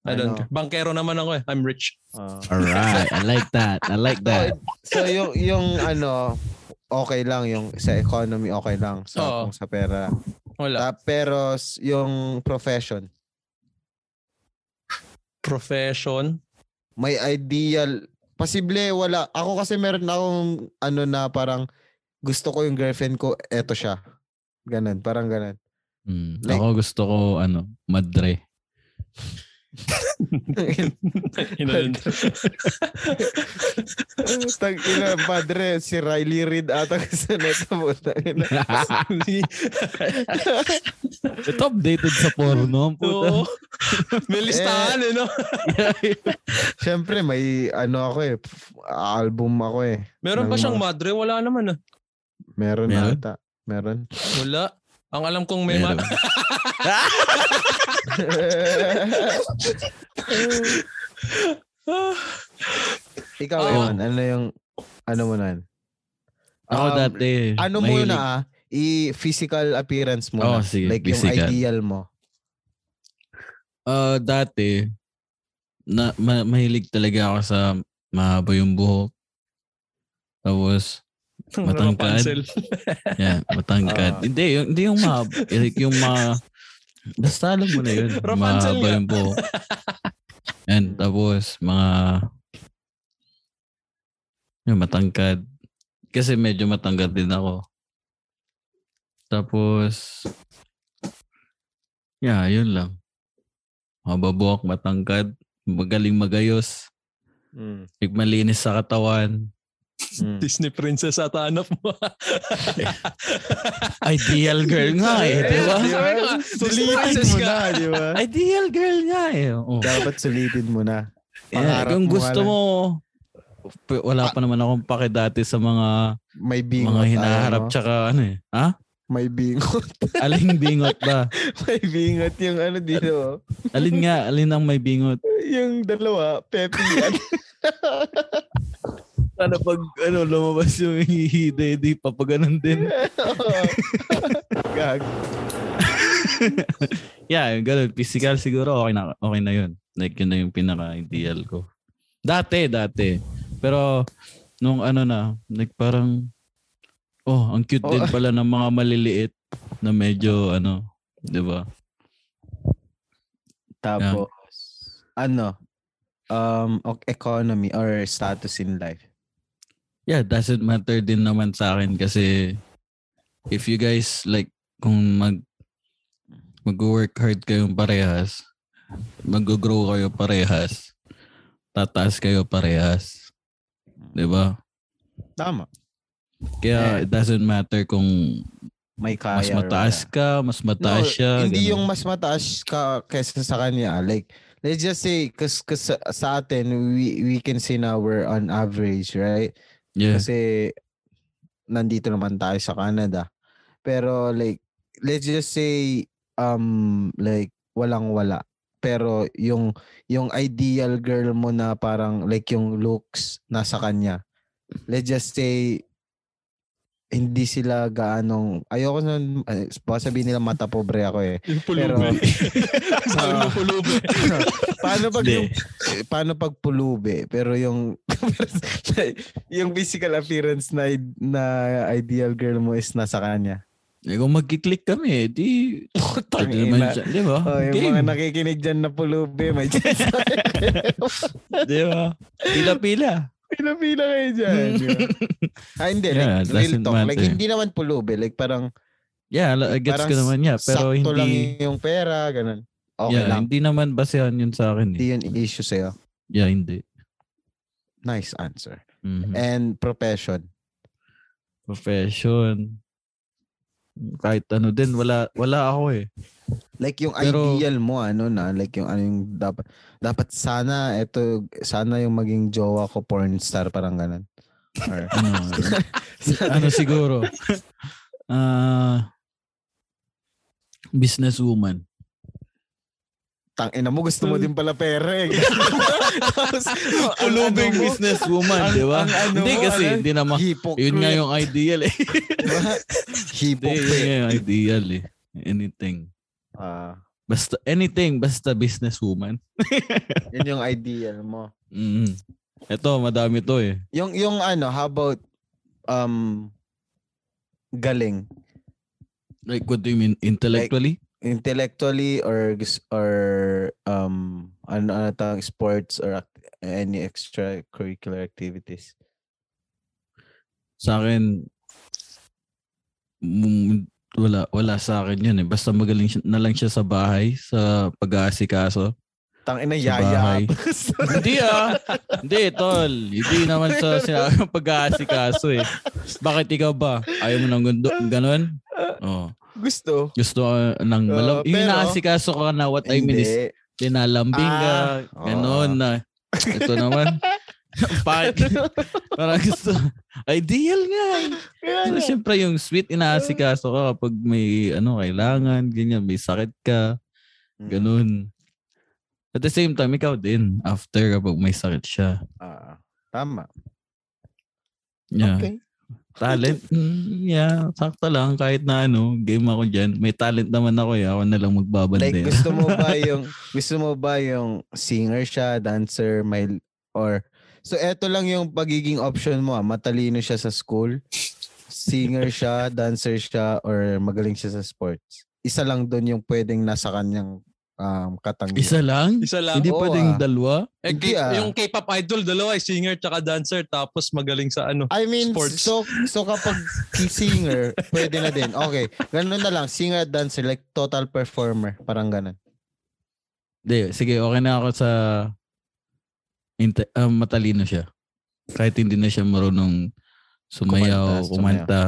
B: I don't
A: Ano.
B: care. Bankero naman ako eh. I'm rich.
C: Mm.
A: ah.
C: Mm-hmm. Alright. I like that. I like that.
A: So yung yung ano okay lang yung sa economy okay lang sa
B: Oo.
A: kung sa pera.
B: Wala.
A: Ta, pero s- yung profession,
B: Profession.
A: may ideal posible wala. Ako kasi meron akong ano na parang gusto ko yung girlfriend ko, eto siya. Ganun, parang ganun.
C: Mm.
A: Like-
C: Ako gusto ko, ano, madre.
B: Ina yun.
A: Tag ina, padre, si Riley Reid ata kasi neto mo.
C: Ito updated sa porno. ang Puta.
B: Oo. May listahan eh no?
A: Siyempre, may ano ako eh, f- album ako eh.
B: Meron pa
A: Ng
B: siyang
A: mga-
B: madre? Wala naman ah.
A: Meron,
C: Meron?
A: ata. Meron.
B: Wala. Ang alam kong may ma-
C: Meron.
A: Ikaw,
B: Oo.
A: Ewan, ano yung, ano mo na?
C: Ako
A: Um,
C: dati.
A: Ano
C: mahilig.
A: muna ah, i-physical appearance mo
C: Oh, sige,
A: like yung
C: physical.
A: ideal mo.
C: Ah, dati, na, ma- mahilig talaga ako sa mahaba yung buhok. Tapos, Matangkad.
B: Nakapansel.
C: Yeah, matangkad.
A: Ah.
C: hindi, yung, hindi yung mahab. Like, yung ma... Basta alam mo na yun.
B: Rapunzel
C: Mahaba
B: nga.
C: yung buhok. And tapos, mga... Yung matangkad. Kasi medyo matangkad din ako. Tapos... Yeah, yun lang. Mahaba buhok, matangkad. Magaling magayos.
A: Mm.
C: Like, malinis sa katawan.
A: Mm.
B: Disney princess ata hanap mo.
C: Ideal girl nga eh, di ba?
B: Ayun, sabi ko nga, Disney princess
A: mo
B: ka.
A: na, di ba?
C: Ideal girl nga eh. Oo.
A: Dapat sulitin mo na. Pangarap
C: Yeah, Eh, kung
A: mo
C: gusto
A: lang.
C: mo, p- wala pa naman akong pake dati sa mga
A: May bingot.
C: mga
A: ayaw
C: hinaharap
A: mo?
C: tsaka ano eh. Ha?
A: May bingot.
C: Aling bingot ba?
A: may bingot yung ano dito. oh.
C: Alin nga, alin ang may bingot?
A: Yung dalawa, Pepe at
C: Sana pag ano, lumabas yung hihiday, di papaganan din.
A: Gag.
C: Yeah, yung ganun. Physical siguro, okay na, okay na yun. Like yun na yung pinaka-ideal ko. Dati, dati. Pero nung ano na, like parang, oh, ang
A: Oh,
C: cute din
A: ah.
C: pala ng mga maliliit na medyo ano, di ba?
A: Tapos, ano? Um, o- economy or status in life.
C: Yeah, doesn't matter din naman sa akin kasi if you guys like kung mag mag-work hard kayong parehas, mag-grow kayo parehas, tataas kayo parehas. 'Di ba?
A: Tama.
C: Kaya it doesn't matter kung
A: May kaya.
C: mas
A: or
C: mataas
A: wala.
C: ka, mas
A: No,
C: mataas siya.
A: Hindi
C: ganun.
A: yung mas mataas ka kesa sa kanya. Like, let's just say cause, cause sa, sa atin we we can say na we're on average, right?
C: Yeah.
A: Kasi nandito naman tayo sa Canada. Pero like let's just say um like walang wala. Pero yung yung ideal girl mo na parang like yung looks nasa kanya. Let's just say hindi sila gaanong ayoko na eh, baka sabihin nila mata pobre ako eh.
B: Yung
A: pulubi.
B: Sabi mo pulubi.
A: paano pag
C: Hindi.
A: yung, eh, paano pag pulubi pero yung yung physical appearance na id- na ideal girl mo is nasa kanya.
C: Eh, kung magkiklik kami, eh, di... Third
A: ina.
C: dimension, di ba?
A: Oh, yung
C: Game.
A: mga nakikinig diyan na pulubi, may chance.
C: Di ba? Pila-pila.
A: Pinapila kayo dyan. di ba? ah, hindi.
C: Yeah,
A: like,
C: it
A: real
C: doesn't
A: talk. Like,
C: matter.
A: hindi naman pulubi. Like, parang
C: Yeah, la- gets
A: Parang
C: ko naman niya. Pero
A: sakto
C: hindi...
A: lang eh. yung pera, ganun. Okay
C: yeah,
A: lang.
C: hindi naman basehan yun sa akin.
A: Hindi
C: Eh.
A: yun issue sa'yo.
C: Yeah, hindi.
A: Nice answer.
C: Mhm.
A: And profession.
C: Profession. Kahit ano din, wala, wala ako eh.
A: Like yung
C: Pero-
A: ideal mo ano na like yung ano yung dapat dapat sana eto sana yung maging jowa ko porn star parang ganun. Or,
C: Ano, ano siguro? Ah... businesswoman.
A: tang ina mo gusto mo din pala pera eh. Tapos ang
C: Ulubing
A: ano mo,
C: businesswoman,
A: ang-
C: di ba?
A: ang ano
C: Hindi
A: mo,
C: kasi,
A: ano,
C: hindi naman.
A: Hipok.
C: Yun nga yung ideal eh. Hindi, yun
A: Hipok.
C: nga yung ideal eh. Anything.
A: Ah,
C: Basta, anything, basta businesswoman.
A: yun yung ideal mo.
C: Mm. Ito, madami to eh.
A: Yung yung ano, how about um galing
C: Like, what do you mean? Intellectually?
A: intellectually or gus- or um ano ano tawag sports or act- any extracurricular activities.
C: sa akin, mm, wala, wala sa akin yun eh. Basta magaling siya, na lang siya sa bahay, sa pag-aasikaso.
A: Tang ina
C: Sa bahay.
A: yaya.
C: hindi ah. Hindi, tol. Hindi naman sa sinabi ng pag-aasikaso eh. Bakit ikaw ba? Ayaw mo ng gundo, ganun? Oh.
A: Gusto.
C: Gusto ka ng malam.
A: Oo, Oh, pero-
C: yung naasikaso ka na what I mean is,
A: Hindi.
C: linalambing ka,
A: Ah,
C: ganun na. Ito naman. Bakit? Parang gusto. Ideal nga eh. So, syempre yung sweet inaasikaso ka kapag may ano kailangan, ganyan, may sakit ka,
A: Mm.
C: ganun. At the same time, ikaw din after kapag may sakit siya.
A: Ah, tama.
C: Yeah.
A: Okay.
C: Talent, mm, yeah, sakto lang kahit na ano, game ako dyan. May talent naman ako eh, ako na lang
A: Like
C: magbabandera.
A: gusto mo ba yung gusto mo ba yung singer siya, dancer, may or So eto lang yung pagiging option mo, ah. matalino siya sa school, singer siya, dancer siya or magaling siya sa sports. Isa lang doon yung pwedeng nasa kanyang um katanggi.
C: Isa lang?
B: Isa lang.
C: Hindi
A: Oo,
C: pwedeng
A: ah.
C: dalawa?
B: Eh,
A: Hindi
B: K-
A: ah.
B: Yung K-pop idol, dalawa, eh, singer tsaka dancer, tapos magaling sa ano.
A: I mean,
B: Sports.
A: so so kapag singer, pwede na din. Okay. Ganun na lang, singer at dancer like total performer, parang ganun.
C: Hindi, sige, okay na ako sa inte- ah, matalino siya. Kahit hindi na siya marunong sumayaw,
A: Kumanta,
C: kumanta.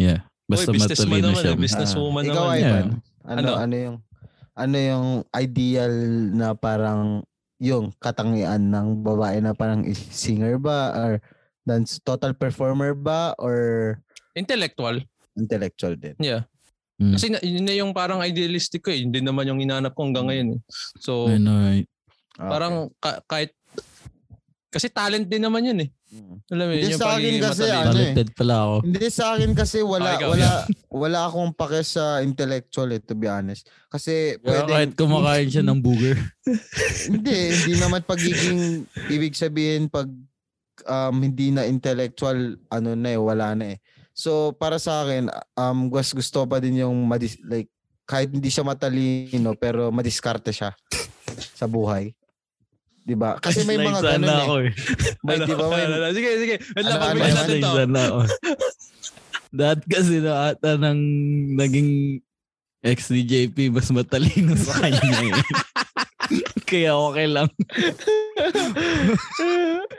C: Yeah. Basta
B: Uy, businessman
C: matalino
B: naman,
C: siya.
B: eh, businesswoman
A: Ah, ikaw
B: naman.
A: ay-
C: yeah.
A: Ano
B: Ano?
A: ano, yung ano yung ideal na parang yung katangian ng babae na parang is- singer ba or dance total performer ba or
B: Intellectual.
A: intellectual din.
C: Mm.
B: Kasi na- yun na yung parang idealistic ko eh. Hindi naman yung hinanap ko hanggang ngayon. eh.
A: Oh.
B: So,
C: I know, eh. right?
A: Okay.
B: parang ka- kahit... Kasi talent din naman yun eh.
A: Mm.
B: Alam mo, yun,
A: Hindi,
B: yung
A: sa akin
B: pagiging
A: kasi
B: matalino.
A: ano eh.
C: Talented pala ako.
A: Hindi sa akin kasi wala
B: Ah, ikaw,
A: wala wala akong pake sa intellectual eh, to be honest. Kasi
C: Kaya kahit kumakain siya ng booger.
A: hindi, hindi naman pagiging ibig sabihin pag um, hindi na intellectual ano na eh, wala na eh. So para sa akin um gus gusto pa din yung madis- like kahit hindi siya matalino pero madiskarte siya sa buhay. 'Di ba? Kasi may mga
C: Nainsahan
A: ganun
C: na
A: eh.
C: ako eh.
A: May,
B: Ano,
A: 'di ba? May,
B: ano, ano, Sige, sige. Wait lang,
A: Ano, ano,
B: pagbigyan
A: ano,
B: natin to.
C: Nainsahan na ako. Dahil kasi na ata ng naging ex ni JP mas matalino sa kanya eh. Kaya okay lang.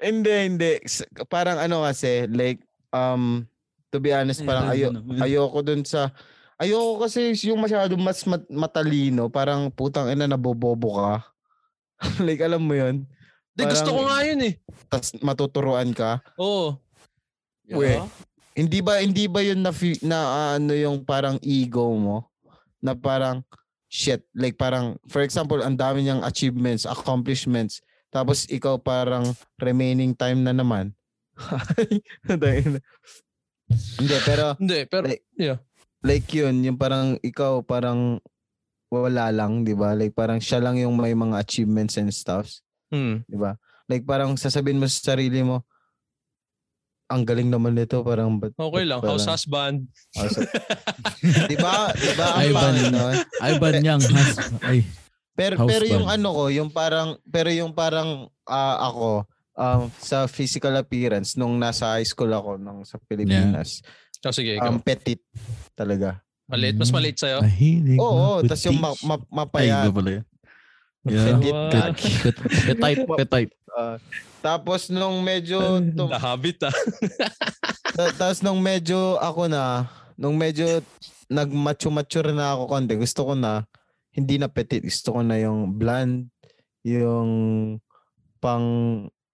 A: hindi, hindi. S- Parang ano kasi like um to be honest parang ayo
C: Mm.
A: ayoko dun sa ayoko kasi yung masyado mas mat- matalino parang putang ina nabobobo ka like, alam mo yun?
B: Di, gusto ko
A: Parang-
B: nga yun eh.
A: Tapos matuturuan ka.
B: Oo.
A: Uy. Hindi ba hindi ba 'yun na fi- na ah, ano yung parang ego mo na parang shit like parang for example ang dami niyang achievements, accomplishments tapos ikaw parang remaining time na naman. Dahil- hindi pero
B: Hindi, pero
A: Like-
B: yeah.
A: like 'yun yung parang ikaw parang wala lang 'di ba? Like parang siya lang yung may mga achievements and stuffs.
B: Hmm.
A: Di ba? Like parang sasabihin mo sa sarili mo, ang galing naman nito, parang ba't,
B: Okay lang. House husband.
A: di ba? Di ba ang
C: Ay,
A: pangit
C: man.
A: nun?
C: Ay, ba niyang has... Ay,
A: Pero
C: House
A: pero yung
C: band.
A: ano ko, yung parang pero yung parang ah, ako um, sa physical appearance nung nasa high school ako nung sa Pilipinas.
B: Oh, sige, ikaw.
A: Um, petite talaga.
B: maliit. Mas maliit sa'yo.
C: mahilig
A: Oo,
C: na
A: tas yung ma-
C: putis.
A: ma-
C: Ay,
A: mapaya.
C: iba pala yun. Yeah.
A: Hindi,
B: Wow.
C: Pet- pet- Petite, petite.
A: ah, tapos nung medyo tum-
B: The habit ah.
A: Ta- Tapos nung medyo ako na, nung medyo nag-mature-mature na ako konti, gusto ko na, hindi na petit, gusto ko na yung bland, yung pang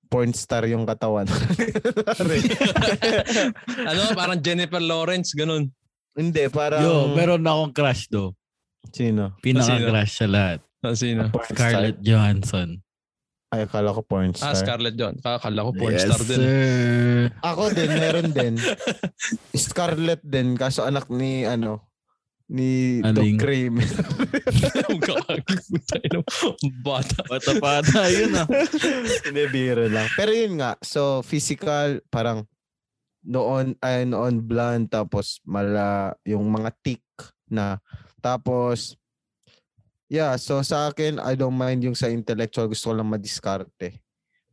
A: porn star yung katawan.
B: Ano, parang Jennifer Lawrence, ganun.
A: hindi, parang...
C: Yo, meron na akong crush do.
A: Sino?
C: Pinaka-crush sa lahat.
B: Ah, sino?
A: Porn
C: Scarlett
A: star?
C: Johansson.
A: Ay, akala ko porn star.
B: Ah, Scarlett John. Kakala ko porn star din.
C: sir.
A: Ako din, meron din. Scarlett din, kaso anak ni, ano, ni
C: Aling.
A: Doc Cream.
B: Ang kakagutay ng bata.
C: Bata-bata yun ah.
A: Hindi, biro lang. Pero yun nga, so physical, parang noon, ay noon blonde, tapos mala, yung mga thick na, tapos, yeah, so sa akin, I don't mind yung sa intellectual, gusto ko lang madiskarte.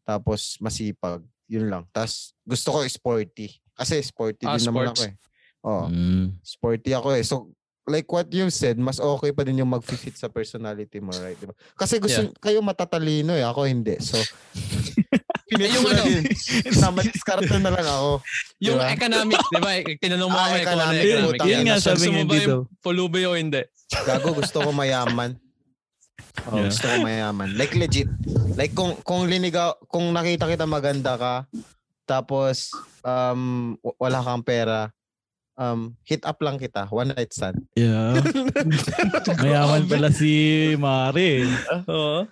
A: Tapos, masipag, yun lang. Tapos, gusto ko sporty. Kasi sporty
B: Ah,
A: din naman
B: sports.
A: ako eh. Oo,
C: Mm.
A: sporty ako eh. So, like what you said, mas okay pa din yung mag-fit sa personality mo, right? Diba? Kasi gusto kayo matatalino eh, ako hindi. So, pinili
B: Yung
A: ko na
B: ano?
A: din. Tama, discard na lang ako.
B: Yung
A: Diba?
B: economic, di ba? Eh, Tinanong mo
A: Ah,
B: kami kung ano
A: economic,
B: economic.
A: putang
C: Yun
A: ina.
C: nga
B: So,
C: sabi
B: gusto mo
C: niya
B: ba
C: dito.
B: yung pulubi o hindi?
A: Gago, gusto ko mayaman. Oh,
C: Yeah.
A: Gusto ko mayaman. Like legit. Like kung kung linigaw, kung nakita kita maganda ka, tapos um w- wala kang pera, um hit up lang kita, one night stand.
C: Yeah. Mayaman pala si Mare.
B: Oo.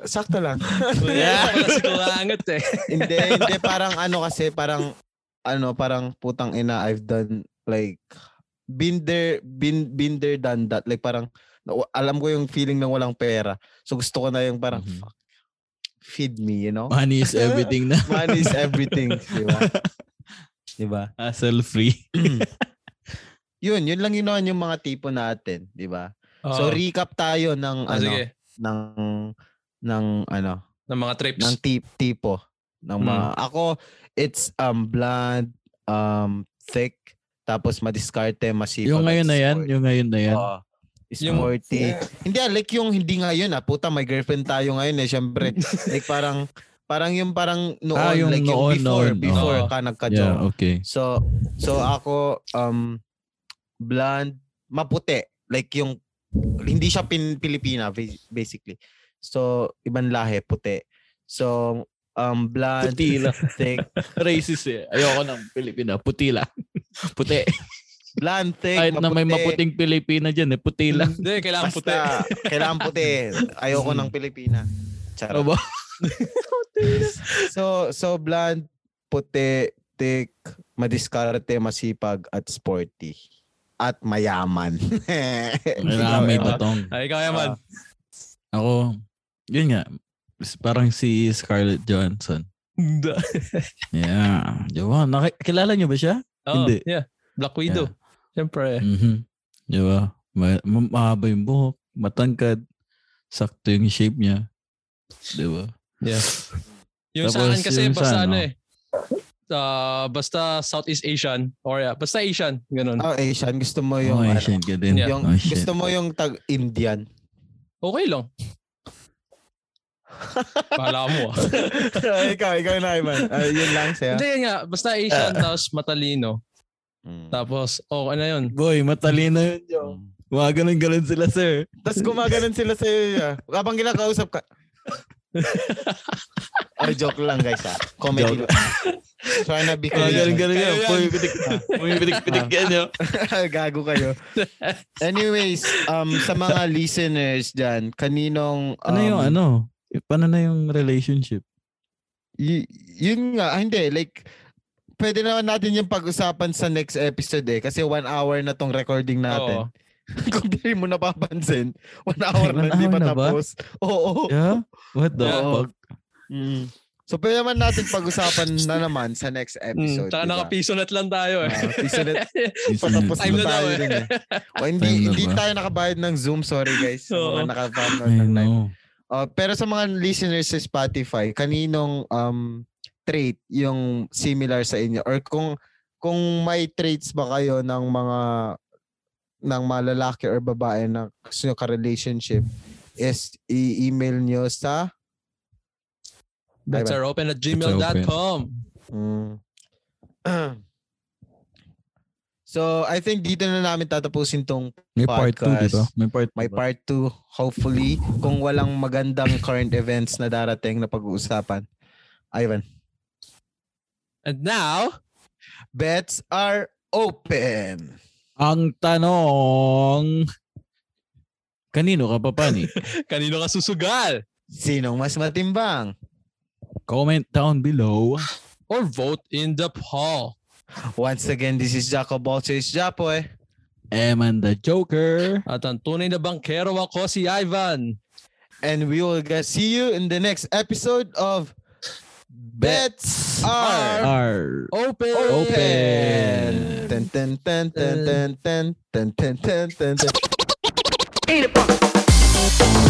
A: Sakto lang.
B: Yeah. Pala si Kulangat eh.
A: hindi, hindi parang ano kasi parang ano parang putang ina I've done like been there been, been there done that like parang na- alam ko yung feeling ng walang pera. So gusto ko na yung parang
C: Mhm.
A: fuck, feed me, you know?
C: Money is everything na.
A: Money is everything, di ba? Di ba?
C: Ah, Hassle-free.
A: Yun, yun lang yun naman yung mga tipo natin, di ba? So recap tayo ng
B: Ah,
A: ano
B: sige.
A: ng ng ano
B: Ng mga trips.
A: ng tip tipo ng mga
C: Hmm.
A: ako it's um blonde um thick tapos madiskarte masipag at
C: yung ngayon oh. na yan,
A: sport.
C: yung ngayon na yan.
A: Oo. sporty.
B: Yung-
A: Hindi, ah, like yung hindi ngayon ah. Puta, may girlfriend tayo ngayon eh. Siyempre, like parang, parang yung parang noon.
C: Ah, yung
A: like yung
C: noon,
A: before,
C: noon. oh.
A: before
B: Oo.
A: ka nagka-jowa.
C: yeah, okay.
A: So, so uh, ako, um, blonde, maputi. Like yung, hindi siya pin Pilipina, bas- basically. So, ibang lahi, puti. So, um, blonde,
C: Puti lang.
A: thick,
C: Racist eh. Ayoko ng Pilipina. Puti lang. Puti.
A: blonde, thick,
C: Kahit na may
A: maputi.
C: maputing Pilipina dyan eh. Puti lang.
B: Hindi, kailangan puti.
A: Basta, kailangan puti. Ayoko ng Pilipina. Charot.
C: Ano ba?
A: So, so blonde, puti, thick, madiskarte, masipag, at sporty. At mayaman. Mm.
C: Kailangan
A: Ikaw,
C: may
A: Emma.
C: batong.
B: Ay, kaya man.
C: Ako, yun nga. s- Parang si Scarlett Johansson. Yeah. Diba? Naki- kilala niyo ba siya?
B: Oo,
C: Hindi.
B: Oh, Yeah. Black Widow. Siyempre.
C: Mhm. Diba? Ma- ma- mahaba yung buhok. Matangkad. Sakto yung shape niya. Diba?
B: Yeah. Yung sa akin
C: Tapos
B: kasi
C: yung sa
B: basta
C: ano?
B: ano eh. Ah, basta Southeast Asian or yeah, basta Asian, ganun.
A: Oh, Asian. Gusto mo yung,
C: Yung, oh,
A: ano,
C: Asian ka din.
A: yung
C: Oh, shit.
A: gusto mo yung tag-Indian.
B: Okay lang. Bahala mo. ah.
A: ikaw, ikaw na, Iman. Ah, yun lang siya.
B: Hindi yan nga, basta Asian tapos matalino.
A: Mm.
B: Tapos oh ano yun?
C: Goy, matalino yun.
A: Mm.
C: Mga ganun-ganun sila, sir.
A: Tapos gumaganon sila sa iyo. Habang kinakausap ka. Ay, joke lang guys ha. Comedy.
C: Joke.
A: lang. Try na be
C: Mga
A: comedian.
C: ganun-ganun yan.
B: Kaya yan.
C: Pumipitik. Pumipitik-pitik yan, yo.
A: Gago kayo. Anyways, um, sa mga listeners dyan, kaninong... Um,
C: Ano yung ano? Eh, Paano na yung relationship?
A: Y- yun nga, ah, hindi, like, pwede naman natin yung pag-usapan sa next episode eh. Kasi one hour na tong recording
B: Oo.
A: natin. Kung di mo napapansin, one hour
C: one
A: na, hindi
C: hour
A: pa
C: na ba?
A: tapos. Oo.
C: Yeah? What the
A: Yeah.
C: fuck?
A: Mm. So, pwede naman natin pag-usapan na naman sa next
B: Mm,
A: episode.
B: tsaka
A: diba?
B: nakapiso nut lang tayo eh.
A: Ah, piso na- patapos
C: Patapos
B: Time
A: na
B: na daw
A: tayo
B: eh.
A: dun eh. O, hindi,
C: Time na
A: hindi
C: ba?
A: tayo nakabayad ng Zoom. Sorry guys. Sa
B: Oo.
A: mga nakapanood
C: I
A: ng live.
C: know.
A: Uh, pero sa mga listeners sa Spotify, kaninong um, trait yung similar sa inyo? Or kung kung may traits ba kayo ng mga ng malalaki or babae na gusto nyo ka-relationship is i-email nyo sa
B: That's our open at gmail.com.
A: Mm. So, I think dito na namin tatapusin tong
C: May part 2,
A: Podcast.
C: di ba? May part two
A: May
C: ba?
A: part 2 hopefully kung walang magandang current events na darating na pag-uusapan. Ivan,
B: And now,
A: bets are open.
C: Ang tanong, kanino ka papani?
B: kanino ka susugal?
A: Sinong mas matimbang?
C: Comment down below.
B: Or vote in the poll.
A: Once again, this is Jaco Balches Japoy.
C: Am and the Joker.
B: At ang tunay na bankero ako si Ivan.
A: And we will g- see you in the next episode of Bets Are
C: Are
B: Open!
C: open.
A: Ten, ten, ten, ten, ten, ten, ten, ten, ten, ten, ten.
E: Eight o'clock.